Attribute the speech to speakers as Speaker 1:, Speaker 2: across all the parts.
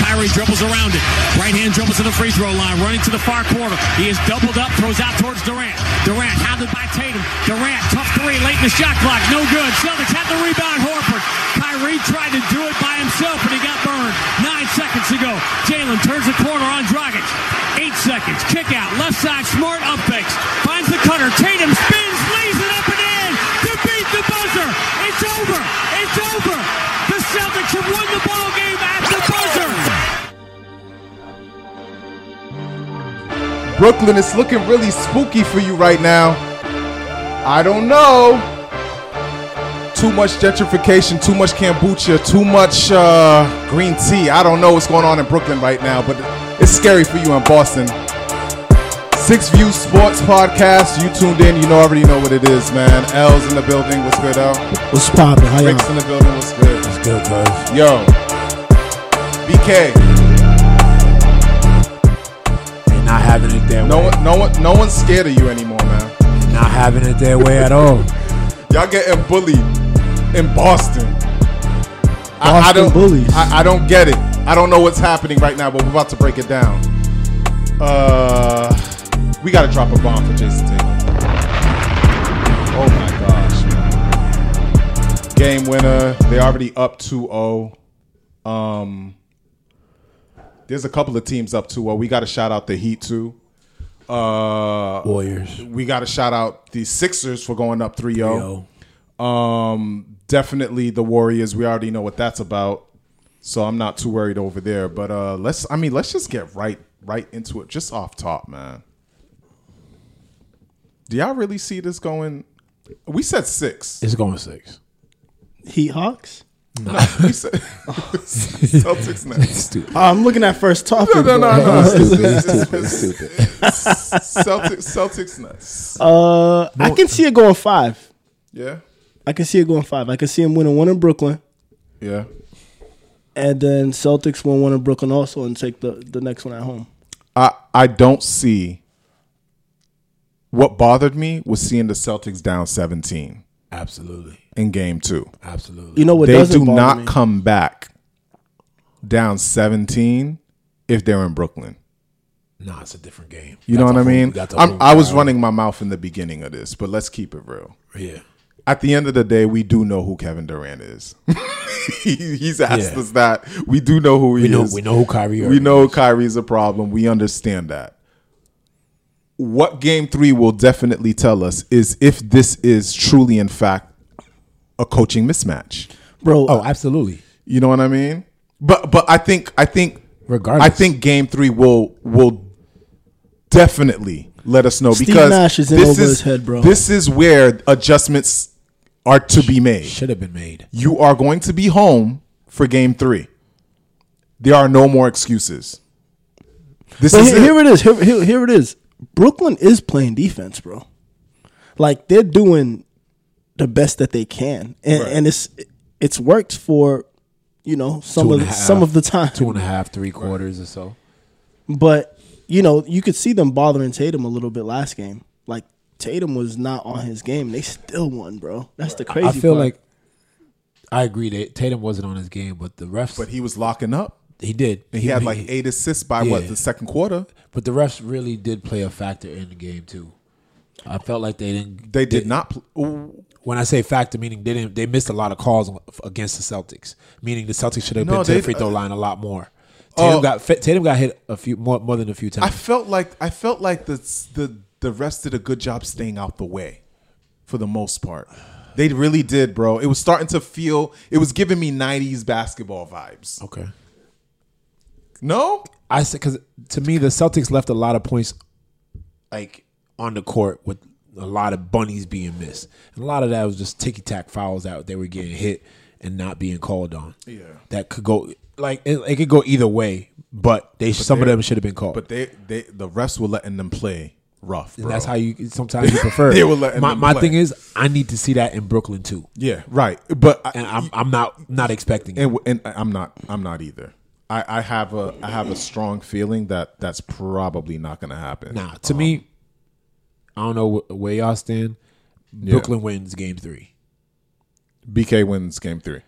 Speaker 1: Murray dribbles around it. Right hand dribbles to the free throw line, running to the far corner. He is doubled up, throws out towards Durant. Durant hounded by Tatum. Durant, tough three, late in the shot clock, no good. Celtics had the rebound, Horford. Kyrie tried to do it by himself, but he got burned. Nine seconds to go. Jalen turns the corner on Dragic. Eight seconds, kick out, left side, smart up fakes. Finds the cutter, Tatum spins, lays it up and in to beat the buzzer. It's over, it's over. The Celtics have won the ball game at the buzzer.
Speaker 2: Brooklyn is looking really spooky for you right now. I don't know. Too much gentrification, too much kombucha, too much uh, green tea. I don't know what's going on in Brooklyn right now, but it's scary for you in Boston. Six View Sports Podcast. You tuned in. You know, already know what it is, man. L's in the building. What's good, L?
Speaker 3: What's poppin'? How y'all?
Speaker 2: Rick's in the building. What's good?
Speaker 3: It's good, guys.
Speaker 2: Yo, BK.
Speaker 3: They not having it their
Speaker 2: No
Speaker 3: way.
Speaker 2: one, no one, no one's scared of you anymore, man.
Speaker 3: Not having it their way at all.
Speaker 2: Y'all getting bullied in Boston. I, I
Speaker 3: Boston
Speaker 2: don't,
Speaker 3: bullies.
Speaker 2: I, I don't get it. I don't know what's happening right now, but we're about to break it down. Uh, we got to drop a bomb for Jason Tatum. Oh my gosh, man. Game winner. They already up 2-0. Um, there's a couple of teams up 2-0. We got to shout out the Heat too. Uh,
Speaker 3: Warriors.
Speaker 2: we got to shout out the Sixers for going up oh. 3 0.
Speaker 3: Yo.
Speaker 2: Um, definitely the Warriors. We already know what that's about. So I'm not too worried over there. But uh, let's, I mean, let's just get right right into it, just off top, man. Do y'all really see this going? We said six.
Speaker 3: It's going six.
Speaker 4: Heat Hawks.
Speaker 2: we said Celtics next.
Speaker 4: Oh, I'm looking at first topic.
Speaker 2: No, no,
Speaker 4: but-
Speaker 2: no.
Speaker 5: It's stupid. It's stupid.
Speaker 2: Celtics, Celtics next.
Speaker 4: Uh, I can see it going five.
Speaker 2: Yeah.
Speaker 4: I can see it going five. I can see him winning one in Brooklyn,
Speaker 2: Yeah.
Speaker 4: and then Celtics win one in Brooklyn also, and take the, the next one at home.
Speaker 2: I I don't see. What bothered me was seeing the Celtics down 17
Speaker 3: Absolutely.
Speaker 2: in game two.
Speaker 3: Absolutely.
Speaker 4: You know what?
Speaker 2: they
Speaker 4: doesn't
Speaker 2: do
Speaker 4: bother
Speaker 2: not
Speaker 4: me?
Speaker 2: come back down 17 if they're in Brooklyn.
Speaker 3: Nah, it's a different game.
Speaker 2: You
Speaker 3: That's
Speaker 2: know
Speaker 3: a
Speaker 2: what I
Speaker 3: whole-
Speaker 2: mean?
Speaker 3: that's a
Speaker 2: I'm,
Speaker 3: whole
Speaker 2: I was
Speaker 3: crowd.
Speaker 2: running my mouth in the beginning of this, but let's keep it real.
Speaker 3: Yeah.
Speaker 2: At the end of the day, we do know who Kevin Durant is. he, he's asked
Speaker 3: Yeah.
Speaker 2: us that. We do know who he
Speaker 3: We know,
Speaker 2: is.
Speaker 3: we know who Kyrie
Speaker 2: We
Speaker 3: Irving
Speaker 2: know Kyrie's a problem. We understand that. What game three will definitely tell us is if this is truly, in fact, a coaching mismatch.
Speaker 4: bro.
Speaker 3: Oh, absolutely.
Speaker 2: You know what I mean? But but I think I think
Speaker 3: Regardless.
Speaker 2: I think game three will will definitely let us know
Speaker 4: Steve
Speaker 2: because
Speaker 4: Nash is in over his head, bro.
Speaker 2: This is where adjustments are to be made
Speaker 3: Should have been made.
Speaker 2: you are going to be home for game three. There are no more excuses. This
Speaker 4: But
Speaker 2: is
Speaker 4: here,
Speaker 2: it.
Speaker 4: here it is. Here, here, here it is. Brooklyn is playing defense, bro. Like they're doing the best that they can, and,
Speaker 2: Right.
Speaker 4: and it's it's worked for you know some
Speaker 3: Two
Speaker 4: of
Speaker 3: and a half-
Speaker 4: some of the time.
Speaker 3: Two and a half, three quarters or so.
Speaker 4: But you know, you could see them bothering Tatum a little bit last game. Like Tatum was not on his game. They still won, bro. That's the crazy.
Speaker 3: I feel
Speaker 4: part.
Speaker 3: like I agree that Tatum wasn't on his game, but the refs
Speaker 2: but he was locking up.
Speaker 3: he did.
Speaker 2: And he, had like eight assists by what
Speaker 3: Yeah.
Speaker 2: the second quarter.
Speaker 3: But the refs really did play a factor in the game too. I felt like they didn't.
Speaker 2: They did not. Pl- Ooh,
Speaker 3: When I say factor, meaning they didn't. They missed a lot of calls against the Celtics. Meaning the Celtics should have
Speaker 2: No,
Speaker 3: been to
Speaker 2: they- uh,
Speaker 3: the free throw line a lot more. Tatum
Speaker 2: Oh.
Speaker 3: got Tatum got hit a few more more than a few
Speaker 2: I
Speaker 3: times.
Speaker 2: felt like I felt like the the the refs did a good job staying out the way, for the most part. They really did, bro. It was starting to feel. It was giving me '90s basketball vibes.
Speaker 3: okay.
Speaker 2: No,
Speaker 3: I said because to me the Celtics left a lot of points, like on the court with a lot of bunnies being missed, and a lot of that was just ticky tack fouls that they were getting hit and not being called on. Yeah, that could go like it, it could go either way, but they some of
Speaker 2: they-
Speaker 3: them should have been called.
Speaker 2: but they they the refs were letting them play rough. Bro.
Speaker 3: and that's how you sometimes you prefer.
Speaker 2: They were letting
Speaker 3: my
Speaker 2: them
Speaker 3: my
Speaker 2: play.
Speaker 3: thing is I need to see that in Brooklyn too,
Speaker 2: Yeah, right. But I,
Speaker 3: and I'm I'm not not expecting it.
Speaker 2: and and I'm not I'm not either. I, I have a I have a strong feeling that that's probably not going to happen.
Speaker 3: Nah, to me, I don't know wh- where y'all stand. Brooklyn wins game three.
Speaker 2: BK wins game three.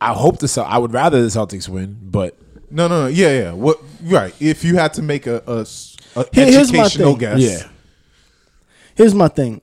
Speaker 3: I hope the Cel- I would rather the Celtics win, but
Speaker 2: No, no, no. Yeah, yeah. What? Right. If you had to make a, a, s- a
Speaker 4: Here- here's my
Speaker 2: educational
Speaker 4: thing.
Speaker 2: guess.
Speaker 3: Yeah.
Speaker 4: Here's my thing.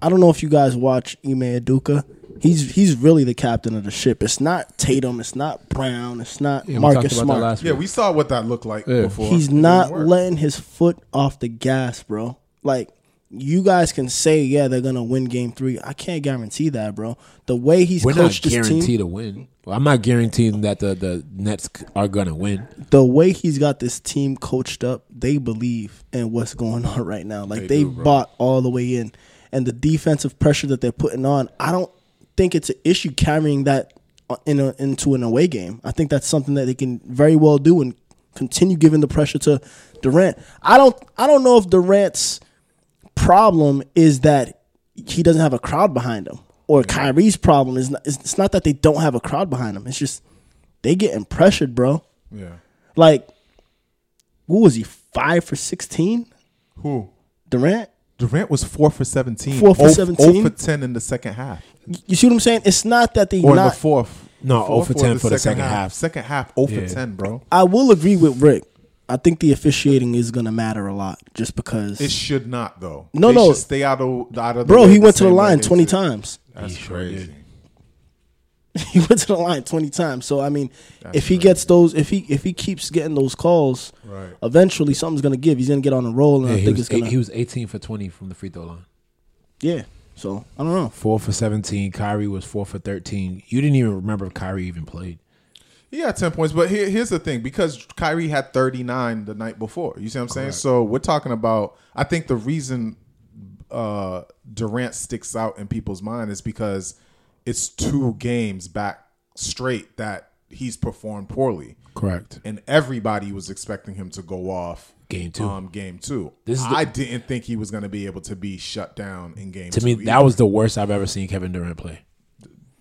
Speaker 4: I don't know if you guys watch Ime Aduka. He's he's really the captain of the ship. It's not Tatum. It's not Brown. It's not
Speaker 3: Yeah, we talked
Speaker 4: Marcus
Speaker 3: about
Speaker 4: Smart.
Speaker 3: that last
Speaker 2: Yeah,
Speaker 3: week.
Speaker 2: we saw what that looked like
Speaker 3: Yeah.
Speaker 2: before.
Speaker 4: He's
Speaker 2: It didn't
Speaker 4: not
Speaker 2: work.
Speaker 4: letting his foot off the gas, bro. Like you guys can say, yeah, they're gonna win game three. I can't guarantee that, bro. The way he's
Speaker 3: We're not
Speaker 4: coached this
Speaker 3: guaranteed
Speaker 4: team,
Speaker 3: to win. Well, I'm not guaranteeing that the, the Nets c- are gonna win.
Speaker 4: the way he's got this team coached up, they believe in what's going on right now. Like they, bought all the way in, and the defensive pressure that they're putting on, I don't think it's an issue carrying that uh, in a, into an away game. I think that's something that they can very well do and continue giving the pressure to Durant. I don't, I don't know if Durant's problem is that he doesn't have a crowd behind him, or Kyrie's problem is not, it's it's not that they don't have a crowd behind him. It's just they getting pressured, bro.
Speaker 2: Yeah.
Speaker 4: Like, what was he? Five for sixteen?
Speaker 2: Who?
Speaker 4: Durant?
Speaker 2: Durant was four for seventeen.
Speaker 4: Four for
Speaker 2: Oh-
Speaker 4: 17?
Speaker 2: oh for ten in the second half,
Speaker 4: You see what I'm saying? It's not that they
Speaker 2: or in
Speaker 4: not.
Speaker 2: the fourth.
Speaker 3: No,
Speaker 2: Four
Speaker 3: 0 for 10 for the second half.
Speaker 2: Second half, zero
Speaker 3: Yeah.
Speaker 2: for ten, bro.
Speaker 4: I will agree with Rick. I think the officiating is gonna matter a lot, just because.
Speaker 2: It should not though.
Speaker 4: No,
Speaker 2: They
Speaker 4: no.
Speaker 2: should stay out of out of. The
Speaker 4: bro,
Speaker 2: way
Speaker 4: he
Speaker 2: the
Speaker 4: went to the
Speaker 2: same way
Speaker 4: line
Speaker 2: they
Speaker 4: twenty
Speaker 2: did.
Speaker 4: times.
Speaker 2: That's crazy.
Speaker 4: he went to the line twenty times. So I mean, if he gets those, if he if he keeps getting those calls,
Speaker 2: Right.
Speaker 4: eventually something's gonna give. He's gonna get on a roll, and
Speaker 3: Yeah,
Speaker 4: I
Speaker 3: he,
Speaker 4: think
Speaker 3: was
Speaker 4: it's gonna.
Speaker 3: eight- he was 18 for 20 from the free throw line.
Speaker 4: yeah. So I don't know.
Speaker 3: Four for 17. Kyrie was four for 13. You didn't even remember if Kyrie even played.
Speaker 2: He had ten points, but here, here's the thing: because Kyrie had thirty nine the night before. You see what I'm saying? So we're talking about. I think the reason uh, Durant sticks out in people's mind is because it's two games back straight that he's performed poorly,
Speaker 3: Correct.
Speaker 2: and everybody was expecting him to go off
Speaker 3: Game two.
Speaker 2: Um, game two.
Speaker 3: This is the-
Speaker 2: I didn't think he was going to be able to be shut down in game.
Speaker 3: To
Speaker 2: two
Speaker 3: me,
Speaker 2: either.
Speaker 3: that was the worst I've ever seen Kevin Durant play.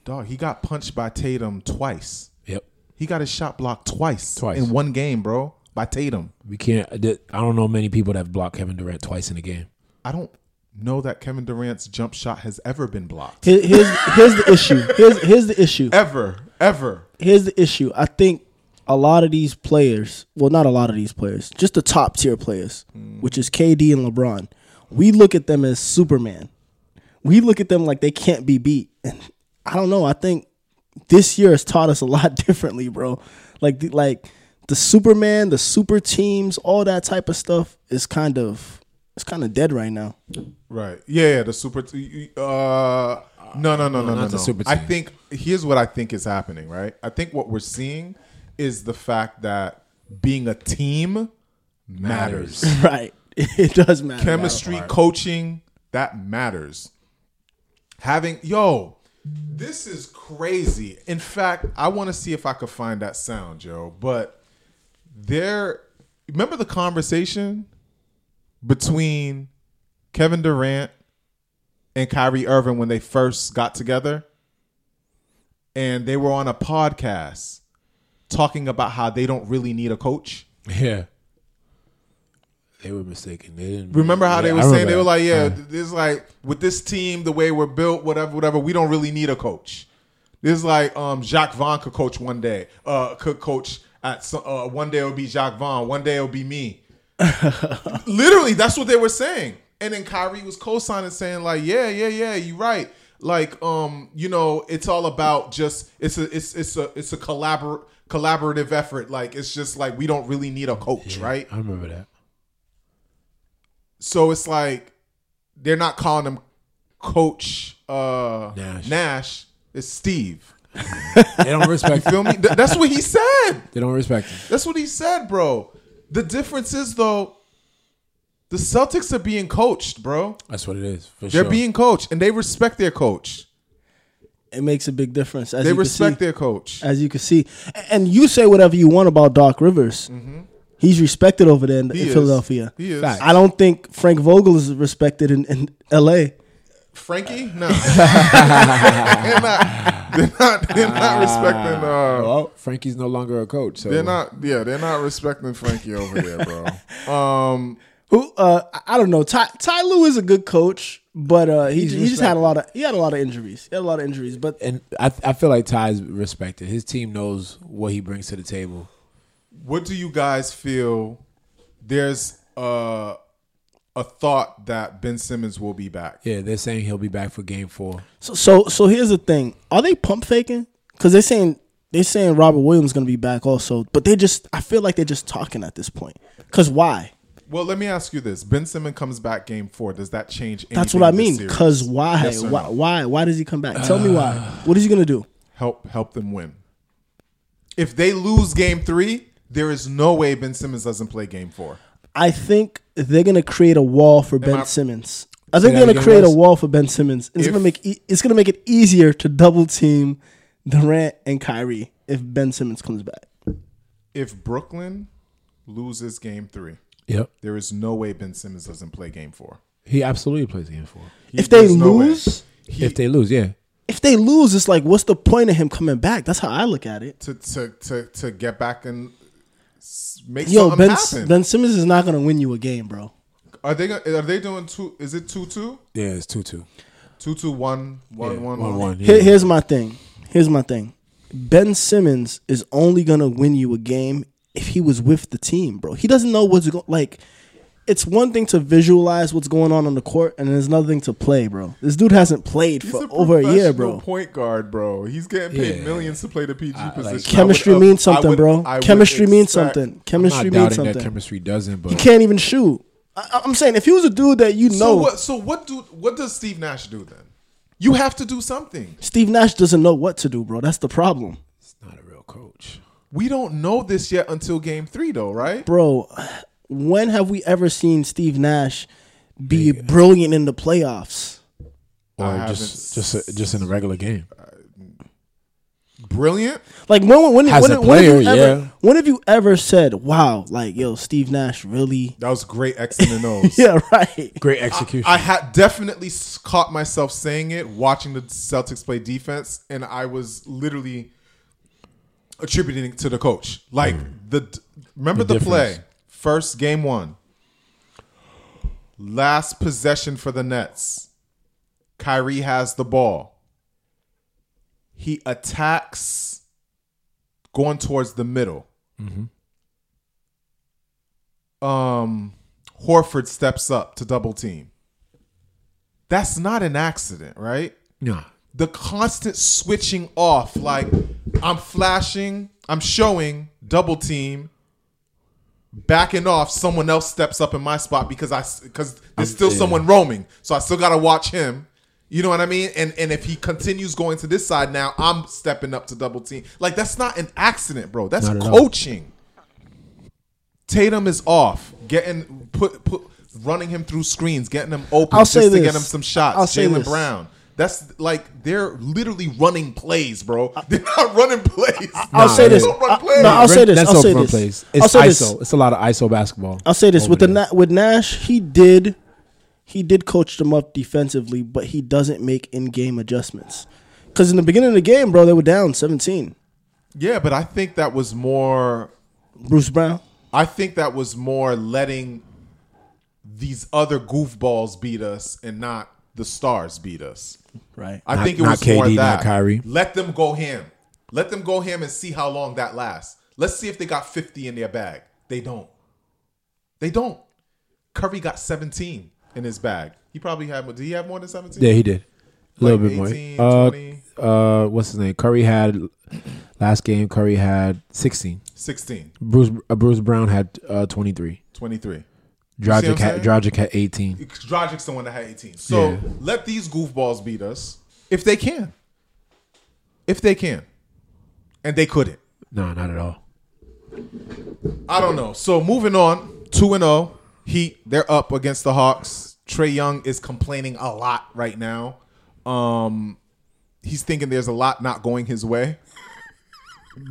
Speaker 2: dog. He got punched by Tatum twice.
Speaker 3: Yep.
Speaker 2: He got his shot blocked twice,
Speaker 3: Twice.
Speaker 2: in one game, bro, by Tatum.
Speaker 3: We can't. I did- I don't know many people that have blocked Kevin Durant twice in a game.
Speaker 2: I don't know that Kevin Durant's jump shot has ever been blocked.
Speaker 4: Here- Here's here's the issue. Here's here's the issue.
Speaker 2: Ever, ever.
Speaker 4: here's the issue. I think a lot of these players, well, not a lot of these players, just the top tier players,
Speaker 2: Mm.
Speaker 4: which is KD and LeBron, we look at them as Superman. We look at them like they can't be beat. And I don't know. I think this year has taught us a lot differently, bro. Like, the, like the Superman, the super teams, all that type of stuff is kind of it's kind of dead right now.
Speaker 2: Right. Yeah, yeah, the super t- uh no no no no no. no,
Speaker 3: the super
Speaker 2: I
Speaker 3: team.
Speaker 2: think here's what I think is happening, right? I think what we're seeing is the fact that being a team matters.
Speaker 4: Right. It does matter. bro.
Speaker 2: Chemistry, coaching, that matters. Having yo, this is crazy. In fact, I want to see if I could find that sound, yo. But there, remember the conversation between Kevin Durant and Kyrie Irving when they first got together, and they were on a podcast talking about how they don't really need a coach.
Speaker 3: Yeah. They were mistaken. They didn't
Speaker 2: Remember how they
Speaker 3: Yeah,
Speaker 2: were
Speaker 3: I
Speaker 2: saying
Speaker 3: remember
Speaker 2: they were
Speaker 3: that.
Speaker 2: like, yeah, this like with this team, the way we're built, whatever, whatever, we don't really need a coach. This is like um Jacques Vaughn could coach one day. Uh could coach at some, uh one day it'll be Jacques Vaughn, one day it'll be me. Literally, that's what they were saying. And then Kyrie was co-signing saying, like, yeah, yeah, yeah, you're right. Like, um, you know, it's all about just it's a it's it's a it's a collabor- collaborative effort. Like, it's just like we don't really need a coach, right?
Speaker 3: I remember that.
Speaker 2: So it's like they're not calling him Coach uh,
Speaker 3: Nash.
Speaker 2: Nash. It's Steve.
Speaker 3: They don't respect. him.
Speaker 2: Feel me? Th- That's what he said.
Speaker 3: They don't respect. Him.
Speaker 2: That's what he said, bro. The difference is though, the Celtics are being coached, bro.
Speaker 3: That's what it is. For
Speaker 2: They're
Speaker 3: sure.
Speaker 2: being coached, and they respect their coach.
Speaker 4: It makes a big difference. As
Speaker 2: They
Speaker 4: you can see.
Speaker 2: respect their coach.
Speaker 4: as you can see. A- And you say whatever you want about Doc Rivers. He's respected over there in, in
Speaker 2: is.
Speaker 4: Philadelphia.
Speaker 2: Mm-hmm. He is.
Speaker 4: I don't think Frank Vogel is respected in, in L.A.
Speaker 2: Frankie, no, they're not. They're not. They're
Speaker 4: Ah.
Speaker 2: not respecting. Uh,
Speaker 3: Well, Frankie's no longer a coach. So
Speaker 2: they're not. Yeah, they're not respecting Frankie over there, bro. Um,
Speaker 4: Who uh, I- I don't know. Ty, Ty Lue is a good coach, but uh, he, he just had a lot of he had a lot of injuries. He had a lot of injuries, but
Speaker 3: and I, I feel like Ty's respected. His team knows what he brings to the table,
Speaker 2: What do you guys feel? There's uh, a thought that Ben Simmons will be back.
Speaker 3: Yeah, they're saying he'll be back for game four.
Speaker 4: So, so, so here's the thing: Are they pump faking? Because they're saying they're saying Robert Williams going to be back also, but they just I feel like they're just talking at this point. Because why?
Speaker 2: Well, let me ask you this: Ben Simmons comes back game four. Does that change? Anything
Speaker 4: That's what I
Speaker 2: this
Speaker 4: mean.
Speaker 2: series?
Speaker 4: Because why?
Speaker 2: Yes or
Speaker 4: why?
Speaker 2: no? Uh,
Speaker 4: Why? Why does he come back? Tell me why. What is he going to do?
Speaker 2: help help them win. If they lose game three, there is no way Ben Simmons doesn't play game four.
Speaker 4: I think they're gonna create a wall for Ben
Speaker 2: I-
Speaker 4: Simmons. I think
Speaker 3: that
Speaker 4: they're gonna
Speaker 3: again,
Speaker 4: create a
Speaker 3: Wes?
Speaker 4: wall for Ben Simmons. It's
Speaker 2: If-
Speaker 4: gonna make e- it's gonna make it easier to double team Durant and Kyrie if Ben Simmons comes back.
Speaker 2: If Brooklyn loses game three,
Speaker 3: Yep.
Speaker 2: there is no way Ben Simmons doesn't play game four.
Speaker 3: He absolutely plays game four.
Speaker 2: He-
Speaker 4: If they
Speaker 2: there's no way.
Speaker 4: lose,
Speaker 3: if they lose, yeah.
Speaker 4: if they lose, it's like what's the point of him coming back? That's how I look at it.
Speaker 2: to to to to get back and s- make
Speaker 4: Yo,
Speaker 2: something
Speaker 4: ben,
Speaker 2: happen.
Speaker 4: ben Simmons is not gonna win you a game, bro.
Speaker 2: are they gonna- are they doing two? Is it two two
Speaker 3: Yeah, it's 2 2.
Speaker 2: two two one one
Speaker 3: yeah,
Speaker 2: one one?
Speaker 3: one. one,
Speaker 4: Here-
Speaker 3: yeah.
Speaker 4: here's my thing. Here's my thing. Ben Simmons is only gonna win you a game if he was with the team, bro. He doesn't know what's going. Like, it's one thing to visualize what's going on on the court, and there's another thing to play, bro. This dude hasn't played
Speaker 2: He's
Speaker 4: for
Speaker 2: a
Speaker 4: over a
Speaker 2: professional
Speaker 4: year, bro.
Speaker 2: Point guard, bro. He's getting paid
Speaker 3: Yeah.
Speaker 2: millions to play the PG position. I
Speaker 4: Chemistry
Speaker 2: would, uh,
Speaker 4: means
Speaker 2: I
Speaker 4: something,
Speaker 2: would-
Speaker 4: bro.
Speaker 2: I would
Speaker 4: Chemistry means
Speaker 2: expect-
Speaker 4: something.
Speaker 3: I'm
Speaker 4: Chemistry
Speaker 3: not
Speaker 4: means
Speaker 3: doubting that
Speaker 4: something.
Speaker 3: chemistry doesn't,
Speaker 4: He
Speaker 3: but
Speaker 4: can't even shoot. I, I'm saying if he was a dude that you know,
Speaker 2: So what? So what do? What does Steve Nash do then? You have to do something.
Speaker 4: Steve Nash doesn't know what to do, bro. That's the problem,
Speaker 3: it's not a real coach.
Speaker 2: We don't know this yet until Game Three, though, right?
Speaker 4: bro. When have we ever seen Steve Nash be brilliant in the playoffs?
Speaker 3: Or
Speaker 2: haven't
Speaker 3: just just just in a regular game.
Speaker 2: Brilliant.
Speaker 4: Like when when when,
Speaker 3: As
Speaker 4: when,
Speaker 3: a
Speaker 4: have you
Speaker 3: player,
Speaker 4: ever
Speaker 3: yeah.
Speaker 4: when have you ever said, "Wow, like yo, Steve Nash really?"
Speaker 2: That was great X and O's.
Speaker 4: Yeah, right.
Speaker 3: Great execution.
Speaker 2: I had definitely s- caught myself saying it watching the Celtics play defense, and I was literally attributing it to the coach. Like the d- remember the,
Speaker 3: The
Speaker 2: play
Speaker 3: difference.
Speaker 2: first game one, last possession for the Nets. Kyrie has the ball. He attacks going towards the middle. Um, Horford steps up to double team. That's not an accident, right?
Speaker 3: nah.
Speaker 2: The constant switching off, like I'm flashing, I'm showing, double team, backing off. Someone else steps up in my spot because I because there's still
Speaker 3: yeah.
Speaker 2: someone roaming, so I still gotta watch him. You know what I mean? And and if he continues going to this side now, I'm stepping up to double team. Like that's not an accident, bro. That's
Speaker 3: Not at all.
Speaker 2: coaching. Tatum is off, getting put put running him through screens, getting him open
Speaker 4: I'll
Speaker 2: just
Speaker 4: say
Speaker 2: to
Speaker 4: this.
Speaker 2: get him some shots.
Speaker 4: I'll say
Speaker 2: Jalen
Speaker 4: this.
Speaker 2: Brown. That's like they're literally running plays, bro. They're not running plays.
Speaker 4: I'll
Speaker 3: Nah,
Speaker 4: say this.
Speaker 2: They don't run
Speaker 4: I-
Speaker 2: plays.
Speaker 4: no, I'll say this.
Speaker 3: That's
Speaker 4: I'll
Speaker 3: no
Speaker 4: say
Speaker 3: front
Speaker 4: this.
Speaker 3: plays.
Speaker 4: I'll
Speaker 3: It's
Speaker 4: say this.
Speaker 3: ISO. It's a lot of ISO basketball.
Speaker 4: I'll say this
Speaker 3: over
Speaker 4: with the
Speaker 3: there.
Speaker 4: Na- with Nash, he did he did coach them up defensively, but he doesn't make in game adjustments. Because in the beginning of the game, bro, they were down seventeen.
Speaker 2: Yeah, but I think that was more
Speaker 4: Bruce Brown.
Speaker 2: I think that was more letting these other goofballs beat us and not the stars beat us.
Speaker 4: Right.
Speaker 2: I
Speaker 3: Not-
Speaker 2: think it
Speaker 3: not
Speaker 2: was more
Speaker 3: KD,
Speaker 2: that.
Speaker 3: not Kyrie.
Speaker 2: Let them go ham. Let them go ham and see how long that lasts. Let's see if they got 50 in their bag. They don't. They don't. Curry got 17 in his bag. He probably had more. Did he have more than 17?
Speaker 3: Yeah, he did. A little
Speaker 2: Like
Speaker 3: bit
Speaker 2: 18,
Speaker 3: more.
Speaker 2: 20.
Speaker 3: Uh, uh, what's his name? Curry had last game. Curry had sixteen.
Speaker 2: 16,
Speaker 3: Bruce uh, Bruce Brown had uh, twenty three.
Speaker 2: 23.
Speaker 3: Dragic
Speaker 2: I'm
Speaker 3: had
Speaker 2: saying?
Speaker 3: Dragic had eighteen.
Speaker 2: Dragic's the one that had 18. So
Speaker 3: Yeah.
Speaker 2: let these goofballs beat us if they can. If they can. And they couldn't.
Speaker 3: No, not at all.
Speaker 2: I don't know. So moving on, two and zero. Heat they're up against the Hawks. Trey Young is complaining a lot right now. Um, he's thinking there's a lot not going his way.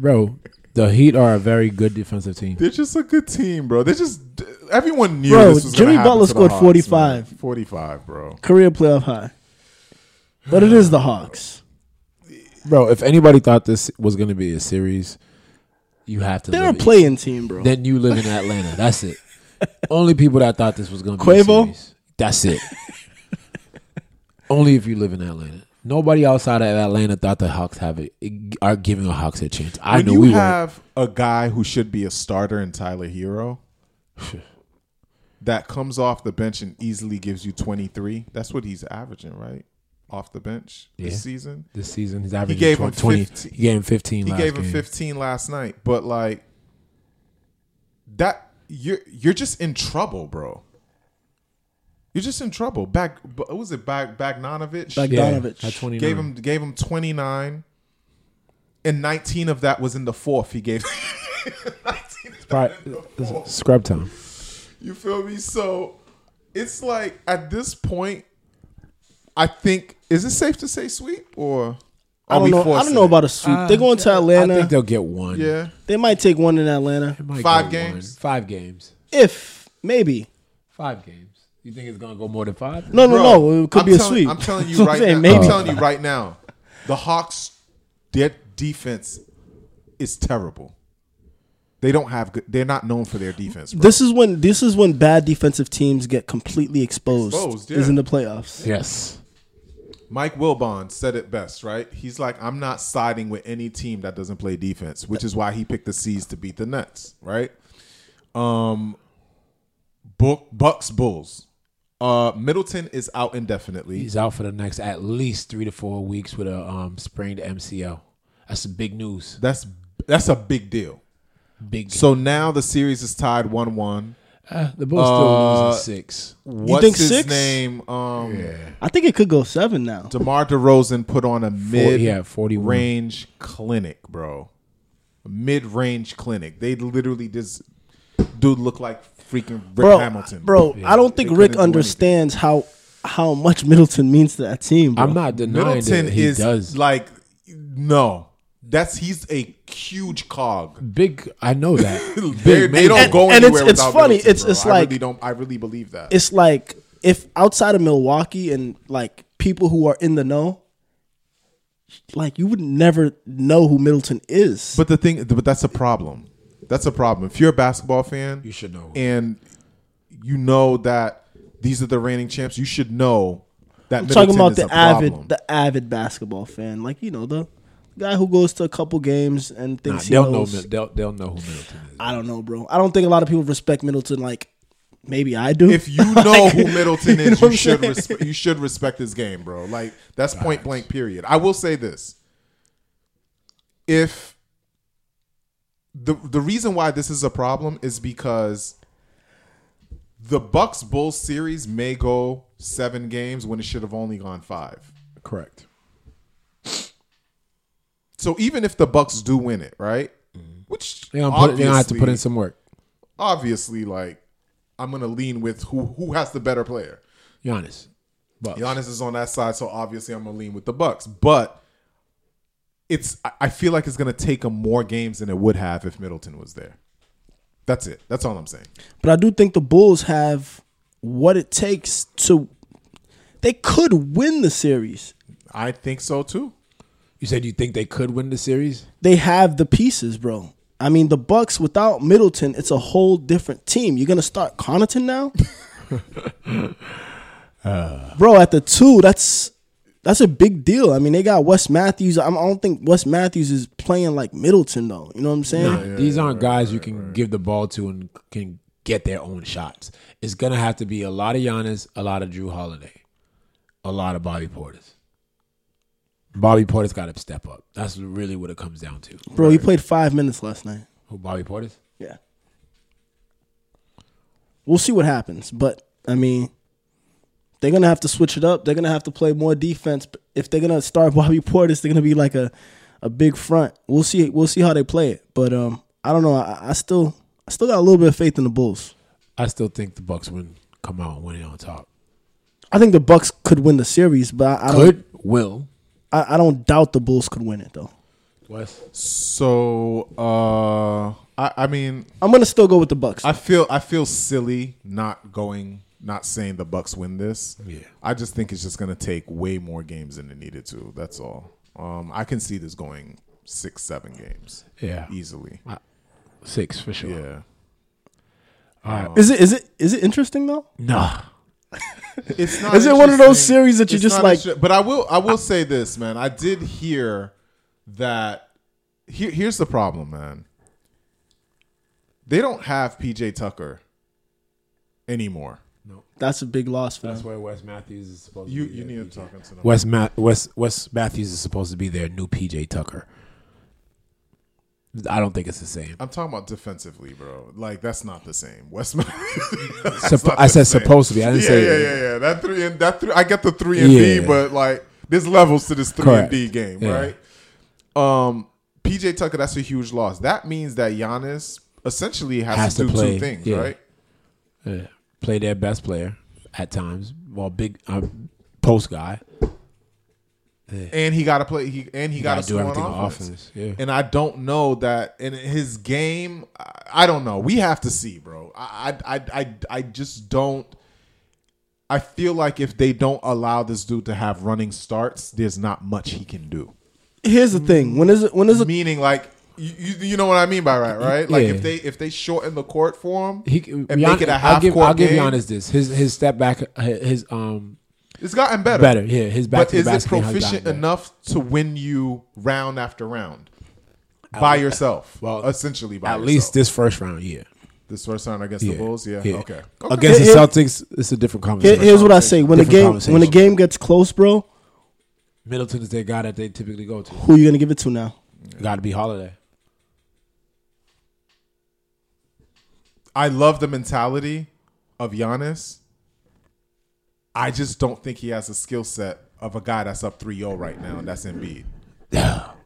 Speaker 3: Bro, the Heat are a very good defensive team.
Speaker 2: They're just a good team, bro. They just everyone knew.
Speaker 4: Bro,
Speaker 2: this was
Speaker 4: Jimmy
Speaker 2: gonna happen
Speaker 4: Butler
Speaker 2: to the
Speaker 4: scored
Speaker 2: Hawks,
Speaker 4: 45.
Speaker 2: man. 45, bro.
Speaker 4: Career playoff high. But it is the Hawks.
Speaker 3: Bro, if anybody thought this was going to be a series, you have to.
Speaker 4: They're a
Speaker 3: live it.
Speaker 4: playing team, bro.
Speaker 3: Then you live in Atlanta. That's it. Only people that thought this was going to be a
Speaker 4: Quavo?
Speaker 3: series. That's it. Only if you live in Atlanta. Nobody outside of Atlanta thought the Hawks have it, are giving the Hawks a chance. I
Speaker 2: When
Speaker 3: know
Speaker 2: you
Speaker 3: we were.
Speaker 2: have a guy who should be a starter in Tyler Hero that comes off the bench and easily gives you 23, that's what he's averaging, right? Off the bench
Speaker 3: Yeah.
Speaker 2: this season.
Speaker 3: This season, he's averaging
Speaker 2: gave him
Speaker 3: 20.
Speaker 2: 15.
Speaker 3: He gave him 15
Speaker 2: He
Speaker 3: last
Speaker 2: gave him
Speaker 3: game.
Speaker 2: 15 last night, but like that you're you're just in trouble, bro. You're just in trouble. Back what was it? Back Bagnanovich
Speaker 4: Bogdanovich.
Speaker 3: at 29.
Speaker 2: gave him gave him 29 and 19 of that was in the fourth. He gave 19 of that in the
Speaker 3: Probably-
Speaker 2: fourth.
Speaker 3: scrub time.
Speaker 2: You feel me? So it's like at this point, I think is it safe to say sweep or
Speaker 4: I don't know. I don't know about a sweep. They're going
Speaker 2: Uh,
Speaker 4: to Atlanta.
Speaker 3: I think they'll get one.
Speaker 2: yeah.
Speaker 4: they might take one in Atlanta.
Speaker 3: They might
Speaker 2: Five
Speaker 3: get one.
Speaker 2: games?
Speaker 3: Five games.
Speaker 4: If maybe.
Speaker 3: Five games. You think it's gonna go more than five?
Speaker 4: No, no,
Speaker 2: Bro,
Speaker 4: no. It could
Speaker 2: I'm
Speaker 4: be a
Speaker 2: telling-
Speaker 4: sweep.
Speaker 2: I'm telling you
Speaker 4: So I'm
Speaker 2: right
Speaker 4: saying
Speaker 2: now.
Speaker 4: maybe.
Speaker 2: I'm telling you right now. The Hawks, their defense is terrible. They don't have good. They're not known for their defense. Bro.
Speaker 4: This is when this is when bad defensive teams get completely exposed.
Speaker 2: Exposed, yeah.
Speaker 4: Is in the playoffs.
Speaker 3: Yes.
Speaker 2: Mike Wilbon said it best, right? He's like, I'm not siding with any team that doesn't play defense, which is why he picked the C's to beat the Nets, right? Um, Buck, Bucks Bulls. Uh, Middleton is out indefinitely.
Speaker 3: He's out for the next at least three to four weeks with a um, sprained MCL. That's some big news.
Speaker 2: that's that's a big deal.
Speaker 3: Big.
Speaker 2: So now the series is tied one-one.
Speaker 3: Uh, the Bulls still losing six.
Speaker 2: What's
Speaker 4: think
Speaker 2: his
Speaker 4: six?
Speaker 2: name? Um,
Speaker 4: I think it could go seven now.
Speaker 2: DeMar DeRozan put on a mid
Speaker 3: yeah, 41.
Speaker 2: range clinic, bro. Mid range clinic. They literally this dude looked like freaking Rick
Speaker 4: Bro,
Speaker 2: Hamilton,
Speaker 4: bro, I don't think
Speaker 2: They couldn't
Speaker 4: Rick
Speaker 2: do anything.
Speaker 4: understands how how much Middleton means to that team. Bro.
Speaker 3: I'm not denying
Speaker 2: Middleton
Speaker 3: that he
Speaker 2: is
Speaker 3: does.
Speaker 2: like no. That's he's a huge cog.
Speaker 3: big. I know that.
Speaker 2: They, they don't
Speaker 4: And-
Speaker 2: go anywhere
Speaker 4: and it's- it's
Speaker 2: without
Speaker 4: funny.
Speaker 2: Middleton,
Speaker 4: It's-
Speaker 2: bro.
Speaker 4: it's
Speaker 2: I really
Speaker 4: like-
Speaker 2: don't. I really believe that.
Speaker 4: it's like if outside of Milwaukee and like people who are in the know, like you would never know who Middleton is.
Speaker 2: But the thing, but that's a problem. That's a problem. If you're a basketball fan, you
Speaker 3: should know.
Speaker 2: and you know that these are the reigning champs. You should know that.
Speaker 4: I'm talking about
Speaker 2: is
Speaker 4: the
Speaker 2: a
Speaker 4: avid
Speaker 2: problem.
Speaker 4: the avid basketball fan, like you know the guy who goes to a couple games and
Speaker 3: Nah,
Speaker 4: thinks he
Speaker 3: they'll know.
Speaker 4: knows.
Speaker 3: Mid- They'll, they'll know who Middleton is.
Speaker 4: I don't know, bro. I don't think a lot of people respect Middleton. Like maybe I do.
Speaker 2: if you know who Middleton is,
Speaker 4: know
Speaker 2: you,
Speaker 4: what I'm
Speaker 2: should
Speaker 4: saying?
Speaker 2: respe- you should respect his game, bro. Like that's point blank. Period. I will say this: if the the reason why this is a problem is because the Bucks Bulls series may go seven games when it should have only gone five.
Speaker 3: Correct.
Speaker 2: So even if the Bucks do win it, right? Which
Speaker 3: They're Mm-hmm. gonna, put, they're gonna have to put in
Speaker 2: obviously-
Speaker 3: some work.
Speaker 2: Obviously, like I'm gonna lean with who who has the better player.
Speaker 3: Giannis. But
Speaker 2: Giannis is on that side, so obviously I'm gonna lean with the Bucks. But it's I- I feel like it's gonna take them more games than it would have if Middleton was there. That's it. That's all I'm saying.
Speaker 4: but I do think the Bulls have what it takes to. They could win the series.
Speaker 2: I think so too.
Speaker 3: you said you think they could win the series.
Speaker 4: They have the pieces, bro. I mean, the Bucks without Middleton, it's a whole different team. You're gonna start Connaughton now, bro. At the two, that's that's a big deal. I mean, they got Wes Matthews. I'm, I don't think Wes Matthews is playing like Middleton though. You know what I'm saying?
Speaker 3: These aren't guys you can give the ball to and can get their own shots. It's gonna have to be a lot of Giannis, a lot of Drew Holiday, a lot of Bobby Portis. Bobby Portis got to step up. That's really what it comes down to.
Speaker 4: Bro, he played five minutes last night.
Speaker 3: Who Bobby Portis?
Speaker 4: Yeah. We'll see what happens, but I mean, they're gonna have to switch it up. They're gonna have to play more defense. But If they're gonna start Bobby Portis, they're gonna be like a, a big front. We'll see. We'll see how they play it. But um, I don't know. I, I still, I still got a little bit of faith in the Bulls.
Speaker 3: I still think the Bucks win. Come out and win it on top.
Speaker 4: I think the Bucks could win the series, but I, I don't.
Speaker 3: Could will
Speaker 4: I, I don't doubt the Bulls could win it though.
Speaker 3: Wes?
Speaker 2: So uh I, I mean
Speaker 4: I'm gonna still go with the Bucks.
Speaker 2: I feel I feel silly not going not saying the Bucks win this.
Speaker 3: Yeah.
Speaker 2: I just think it's just gonna take way more games than it needed to. That's all. Um I can see this going six, seven games.
Speaker 3: Yeah.
Speaker 2: Easily.
Speaker 3: Six for sure.
Speaker 2: Yeah.
Speaker 4: is it is it is it interesting though?
Speaker 3: Nah.
Speaker 2: It's not.
Speaker 4: Is it one of those
Speaker 2: interesting.
Speaker 4: series that you
Speaker 2: It's
Speaker 4: just
Speaker 2: not
Speaker 4: like-
Speaker 2: interesting. But I will. I will say this, man. I did hear that. Here, here's the problem, man. They don't have PJ Tucker anymore.
Speaker 4: That's a big loss for
Speaker 3: That's
Speaker 4: them.
Speaker 3: where Wes Matthews is supposed
Speaker 2: You
Speaker 3: to be.
Speaker 2: you need to talk into them.
Speaker 3: Wes, Ma- Wes, Wes Matthews is supposed to be their new PJ Tucker. I don't think it's the same.
Speaker 2: I'm talking about defensively, bro. Like that's not the same. West.
Speaker 3: Supp- I said supposed to be. I didn't
Speaker 2: yeah,
Speaker 3: say
Speaker 2: yeah, yeah, yeah. That three and that three. I get the three and D,
Speaker 3: Yeah.
Speaker 2: but like there's levels to this three
Speaker 3: Correct.
Speaker 2: and D game,
Speaker 3: Yeah.
Speaker 2: right? Um, PJ Tucker, that's a huge loss. That means that Giannis essentially has,
Speaker 3: Has
Speaker 2: to,
Speaker 3: to
Speaker 2: do
Speaker 3: play,
Speaker 2: two things,
Speaker 3: yeah.
Speaker 2: right?
Speaker 3: Yeah. Play their best player at times. Well, big uh, post guy.
Speaker 2: And he got to play. He and he got to
Speaker 3: gotta do
Speaker 2: score on
Speaker 3: everything on
Speaker 2: offense.
Speaker 3: offense, yeah.
Speaker 2: And I don't know that in his game. I- I don't know. We have to see, bro. I I I I, I just don't. I feel like if they don't allow this dude to have running starts, there's not much he can do.
Speaker 4: Here's the thing: when is it? When is it?
Speaker 2: Meaning, like you, you, you know what I mean by right, right? Like
Speaker 3: Yeah.
Speaker 2: if they if they shorten the court for him
Speaker 3: He
Speaker 2: and
Speaker 3: Gian-
Speaker 2: make it a half
Speaker 3: I'll give,
Speaker 2: court
Speaker 3: I'll give
Speaker 2: game,
Speaker 3: Giannis this. His his step back. His um
Speaker 2: it's gotten better.
Speaker 3: better. Yeah, his back
Speaker 2: but
Speaker 3: to the
Speaker 2: is it
Speaker 3: basket. game has
Speaker 2: proficient
Speaker 3: gotten better.
Speaker 2: enough to win you round after round by yourself? Well,
Speaker 3: well,
Speaker 2: essentially by
Speaker 3: At least
Speaker 2: yourself.
Speaker 3: this first round. Yeah.
Speaker 2: this first round against the Bulls. Yeah, okay. okay.
Speaker 3: Against
Speaker 4: Here-
Speaker 3: the Celtics, it's a different
Speaker 4: Here-
Speaker 3: conversation.
Speaker 4: here's what I say: when the game
Speaker 3: Different
Speaker 4: when the game gets close, bro,
Speaker 3: Middleton is their guy that they typically go to.
Speaker 4: who you gonna give it to now?
Speaker 3: Got to be Holiday.
Speaker 2: I love the mentality of Giannis. I just don't think he has a skill set of a guy that's up 3-0 right now, and that's Embiid.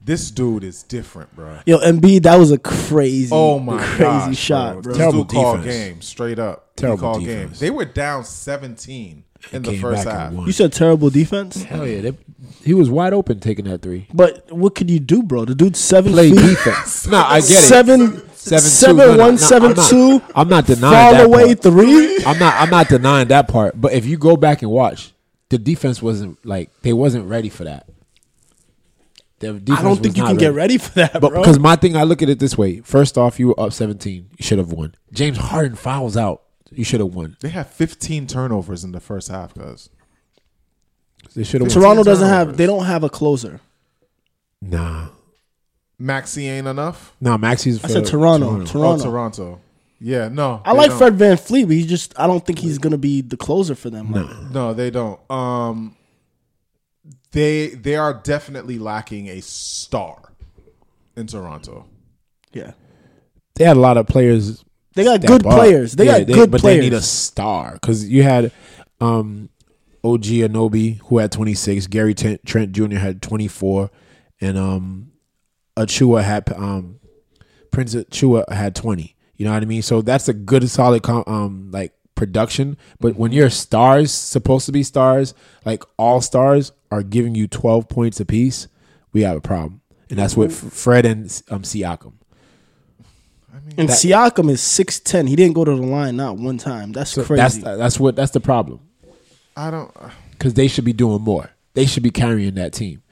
Speaker 2: this dude is different, bro.
Speaker 4: Yo, Embiid, that was a crazy,
Speaker 2: Oh my
Speaker 4: crazy
Speaker 2: gosh, bro.
Speaker 4: shot, bro.
Speaker 2: This
Speaker 3: Terrible
Speaker 2: dude called
Speaker 3: defense.
Speaker 2: game straight up. He
Speaker 3: Terrible
Speaker 2: called
Speaker 3: defense.
Speaker 2: game. They were down 17 in the
Speaker 3: Came
Speaker 2: first
Speaker 3: back and
Speaker 2: half.
Speaker 3: won.
Speaker 4: You said terrible defense,
Speaker 3: Hell yeah, they, he was wide open taking that three.
Speaker 4: but what could you do, bro? The dude seven
Speaker 3: Play
Speaker 4: feet,
Speaker 3: defense. no, I get
Speaker 4: seven,
Speaker 3: it.
Speaker 4: seven,
Speaker 3: two. No, no,
Speaker 4: one,
Speaker 3: no,
Speaker 4: seven,
Speaker 3: I'm not-
Speaker 4: two.
Speaker 3: I'm not denying
Speaker 4: fall
Speaker 3: that
Speaker 4: away
Speaker 3: part.
Speaker 4: three.
Speaker 3: I'm not. I'm not denying that part. But if you go back and watch, the defense wasn't like they wasn't ready for that. Their defense
Speaker 4: I don't
Speaker 3: was
Speaker 4: think you
Speaker 3: not
Speaker 4: can get ready for that,
Speaker 3: But
Speaker 4: bro.
Speaker 3: because my thing, I look at it this way: first off, you were up 17, you should have won. James Harden fouls out, you should have won.
Speaker 2: They had 15 turnovers in the first half, cuz.
Speaker 3: They should have won.
Speaker 4: Toronto doesn't have
Speaker 2: turnovers.
Speaker 4: they don't have a closer.
Speaker 3: Nah,
Speaker 2: Maxi ain't enough.
Speaker 3: nah, Maxie's. For
Speaker 4: I said Toronto, Toronto.
Speaker 2: Oh, Toronto. Yeah, no.
Speaker 4: I
Speaker 2: they
Speaker 4: like
Speaker 2: don't.
Speaker 4: Fred Van Fleet, but he's just I don't think he's gonna be the closer for them. Like,
Speaker 2: No, they don't. Um they they are definitely lacking a star in Toronto.
Speaker 4: Yeah.
Speaker 3: They had a lot of players.
Speaker 4: They got
Speaker 3: step
Speaker 4: good
Speaker 3: up.
Speaker 4: players. They
Speaker 3: Yeah,
Speaker 4: got good
Speaker 3: but
Speaker 4: players.
Speaker 3: they need a star because you had um, OG Anobi who had 26, Gary Trent, Trent Jr. had 24, and um, Achua had um, Prince Achua had 20. You know what I mean? So that's a good solid com- um like production. But when your stars supposed to be stars, like all stars are giving you 12 points apiece, we have a problem. And that's what F- Fred and um, Siakam.
Speaker 4: and Siakam is six ten. He didn't go to the line not one time. That's
Speaker 3: That's
Speaker 4: crazy.
Speaker 3: that's what that's the problem.
Speaker 2: I don't
Speaker 3: because they should be doing more. They should be carrying that team.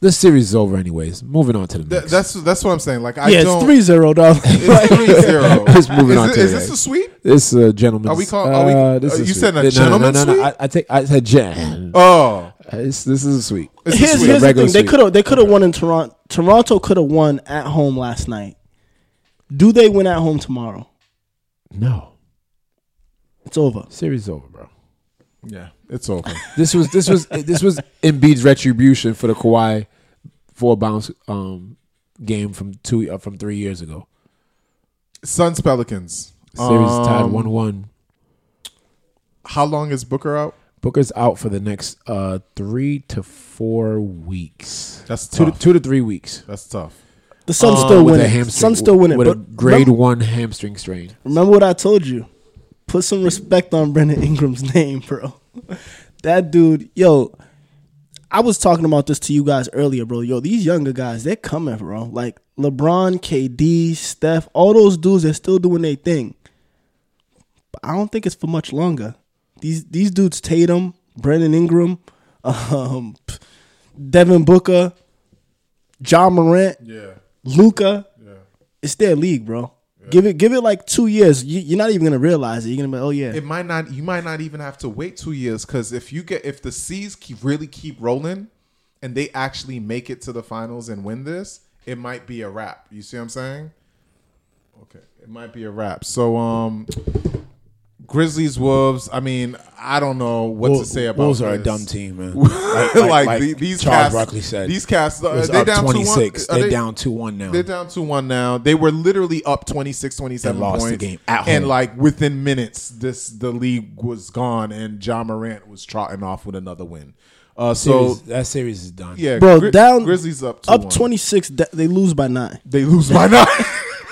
Speaker 3: This series is over, anyways. Moving on to the
Speaker 2: th-
Speaker 3: next.
Speaker 2: that's that's what I'm saying. Like I
Speaker 4: yeah,
Speaker 2: don't
Speaker 4: it's three zero though.
Speaker 2: it's three zero.
Speaker 3: Just moving
Speaker 2: is
Speaker 3: on
Speaker 2: thi-
Speaker 3: to
Speaker 2: is
Speaker 3: the
Speaker 2: this
Speaker 3: next.
Speaker 2: a sweep?
Speaker 3: This uh, gentleman.
Speaker 2: Are we call- are we- uh, you said a
Speaker 3: No,
Speaker 2: gentleman's
Speaker 3: no, no.
Speaker 2: sweep?
Speaker 3: I, I take. I said gen.
Speaker 2: Oh,
Speaker 3: It's, this is a sweep.
Speaker 2: it's a
Speaker 4: here's
Speaker 2: sweep.
Speaker 4: here's the
Speaker 3: Regular
Speaker 4: thing. They
Speaker 3: sweep.
Speaker 4: could have they could have won in Toronto. Toronto could have won at home last night. Do they win at home tomorrow?
Speaker 3: No,
Speaker 4: It's over.
Speaker 3: series is over, bro.
Speaker 2: yeah, it's over.
Speaker 3: This was this was this was Embiid's retribution for the Kawhi four bounce um game from two uh, from three years ago.
Speaker 2: Suns Pelicans.
Speaker 3: Series tied
Speaker 2: Um,
Speaker 3: one one.
Speaker 2: How long is Booker out?
Speaker 3: Booker's out for the next uh three to four weeks.
Speaker 2: That's
Speaker 3: two to,
Speaker 2: tough.
Speaker 3: two to three weeks.
Speaker 2: That's tough.
Speaker 4: The Suns
Speaker 3: Uh,
Speaker 4: still
Speaker 3: with a
Speaker 4: winning.
Speaker 3: hamstring-
Speaker 4: Suns still winning.
Speaker 3: With a
Speaker 4: but
Speaker 3: grade
Speaker 4: remember,
Speaker 3: one hamstring strain.
Speaker 4: remember what I told you. Put some respect on Brendan Ingram's name, bro. That dude, yo. I was talking about this to you guys earlier, bro. Yo, these younger guys, they're coming, bro. Like LeBron, KD, Steph, all those dudes, they're still doing their thing. But I don't think it's for much longer. These these dudes, Tatum, Brendan Ingram, um, Devin Booker, John Morant,
Speaker 2: Yeah,
Speaker 4: Luca,
Speaker 2: yeah,
Speaker 4: it's their league, bro.
Speaker 2: yeah.
Speaker 4: Give it give it like two years. You, you're not even gonna realize it. You're gonna be oh yeah.
Speaker 2: It might not. You might not even have to wait two years because if you get if the C's keep really keep rolling, and they actually make it to the finals and win this, it might be a wrap. You see what I'm saying? Okay, it might be a wrap. So um, Grizzlies Wolves. I mean, I don't know what to say about
Speaker 3: Wolves are a
Speaker 2: this.
Speaker 3: dumb team, man.
Speaker 2: like, the- these
Speaker 3: Charles
Speaker 2: cats,
Speaker 3: Barkley said.
Speaker 2: these cats
Speaker 3: It
Speaker 2: uh,
Speaker 3: was
Speaker 2: they
Speaker 3: up
Speaker 2: down
Speaker 3: 26.
Speaker 2: Two, one,
Speaker 3: They're down 2-1 now.
Speaker 2: They're down two one now. They were literally up 26, 27
Speaker 3: And lost the
Speaker 2: points
Speaker 3: game at home.
Speaker 2: and like within minutes, this the league was gone and John Morant was trotting off with another win. Uh, so
Speaker 3: Series- that series is done.
Speaker 2: yeah,
Speaker 4: Bro,
Speaker 2: Gri-
Speaker 4: down
Speaker 2: Grizzlies up
Speaker 4: up
Speaker 2: 2-1.
Speaker 4: 26. th- They lose by nine.
Speaker 2: They lose by nine.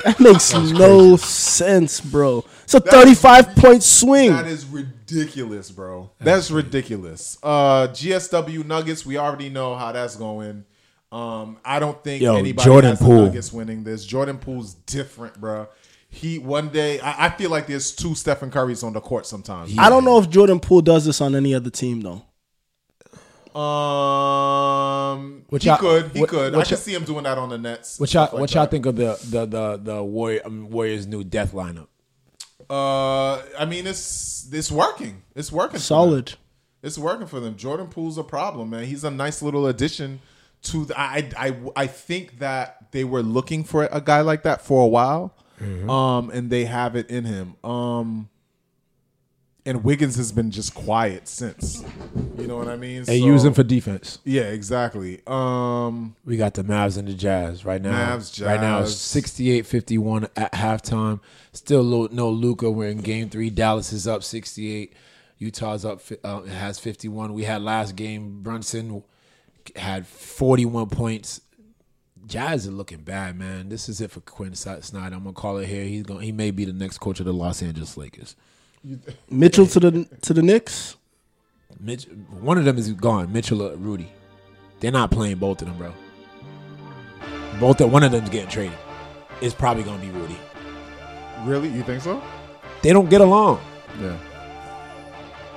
Speaker 4: That makes no sense, bro. It's a 35 point swing.
Speaker 2: that is ridiculous, bro. That's ridiculous. Uh, GSW Nuggets. We already know how that's going. Um, I don't think
Speaker 3: Yo,
Speaker 2: anybody
Speaker 3: Jordan
Speaker 2: has
Speaker 3: Poole.
Speaker 2: the Nuggets winning this. Jordan Poole's different, bro. He one day I, I feel like there's two Stephen Currys on the court sometimes.
Speaker 4: I don't know if Jordan Poole does this on any other team though.
Speaker 2: Um,
Speaker 3: What
Speaker 2: he
Speaker 3: y'all-
Speaker 2: could, he
Speaker 3: what-
Speaker 2: could. I
Speaker 3: what
Speaker 2: can
Speaker 3: y'all-
Speaker 2: see him doing that on the Nets.
Speaker 3: What y'all, what y'all think of the the the, the Warrior, I mean, Warriors' new death lineup?
Speaker 2: Uh, I mean, it's it's working. It's working. for
Speaker 4: Solid.
Speaker 2: them. It's working for them. Jordan Poole's a problem, man. He's a nice little addition to. The, I, I I think that they were looking for a guy like that for a while,
Speaker 3: Mm-hmm.
Speaker 2: um, and they have it in him. Um, and Wiggins has been just quiet since. You know what I mean?
Speaker 3: And
Speaker 2: So-
Speaker 3: use them for defense.
Speaker 2: yeah, exactly. Um,
Speaker 3: We got the Mavs and the Jazz right now.
Speaker 2: Mavs,
Speaker 3: Right now,
Speaker 2: Jazz.
Speaker 3: it's 68-51 at halftime. Still lo- no Luca. We're in Game Three. Dallas is up sixty-eight. Utah's up fi- uh, has fifty-one. We had last game. Brunson had forty-one points. Jazz is looking bad, man. This is it for Quinn Snyder. I'm gonna call it here. He's going. to He may be the next coach of the Los Angeles Lakers.
Speaker 4: Mitchell to the to the Knicks.
Speaker 3: Mitch, one of them is gone. Mitchell or Rudy. They're not playing both of them, bro. Both of, one of them's getting traded. It's probably gonna be Rudy.
Speaker 2: really, you think so?
Speaker 3: They don't get along.
Speaker 2: Yeah.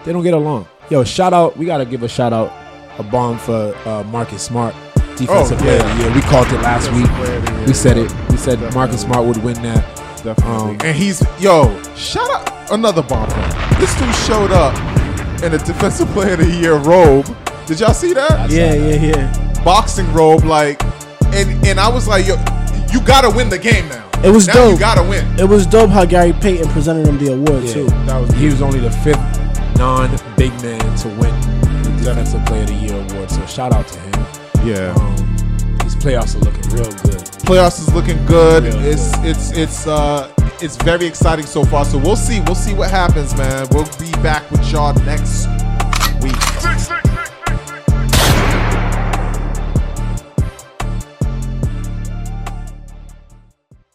Speaker 3: They don't get along. Yo, shout out. We gotta give a shout out, a bomb for uh, Marcus Smart, defensive
Speaker 2: Oh,
Speaker 3: player of
Speaker 2: yeah.
Speaker 3: the year. We called it last
Speaker 2: Defensive player of the
Speaker 3: week.
Speaker 2: year,
Speaker 3: We said it.
Speaker 2: yeah.
Speaker 3: We said
Speaker 2: Definitely.
Speaker 3: Marcus Smart would win that.
Speaker 2: Definitely.
Speaker 3: Um,
Speaker 2: and he's yo, shout out another bomber. This dude showed up in a defensive player of the year robe. Did y'all see that?
Speaker 4: Yeah, yeah, yeah.
Speaker 2: Boxing robe, like and and I was like, yo, you gotta win the game now.
Speaker 4: It was
Speaker 2: now
Speaker 4: dope.
Speaker 2: You gotta win.
Speaker 4: It was dope how Gary Payton presented him the award
Speaker 3: Yeah,
Speaker 4: too.
Speaker 2: That was
Speaker 3: he was only the fifth non-big man to win the defensive player of the year award. So shout out to him.
Speaker 2: Yeah.
Speaker 3: Um, these playoffs are looking real good.
Speaker 2: Playoffs is looking good.
Speaker 3: Yeah.
Speaker 2: It's it's it's uh it's very exciting so far. So we'll see. We'll see what happens, man. We'll be back with y'all next week.
Speaker 5: Six, six.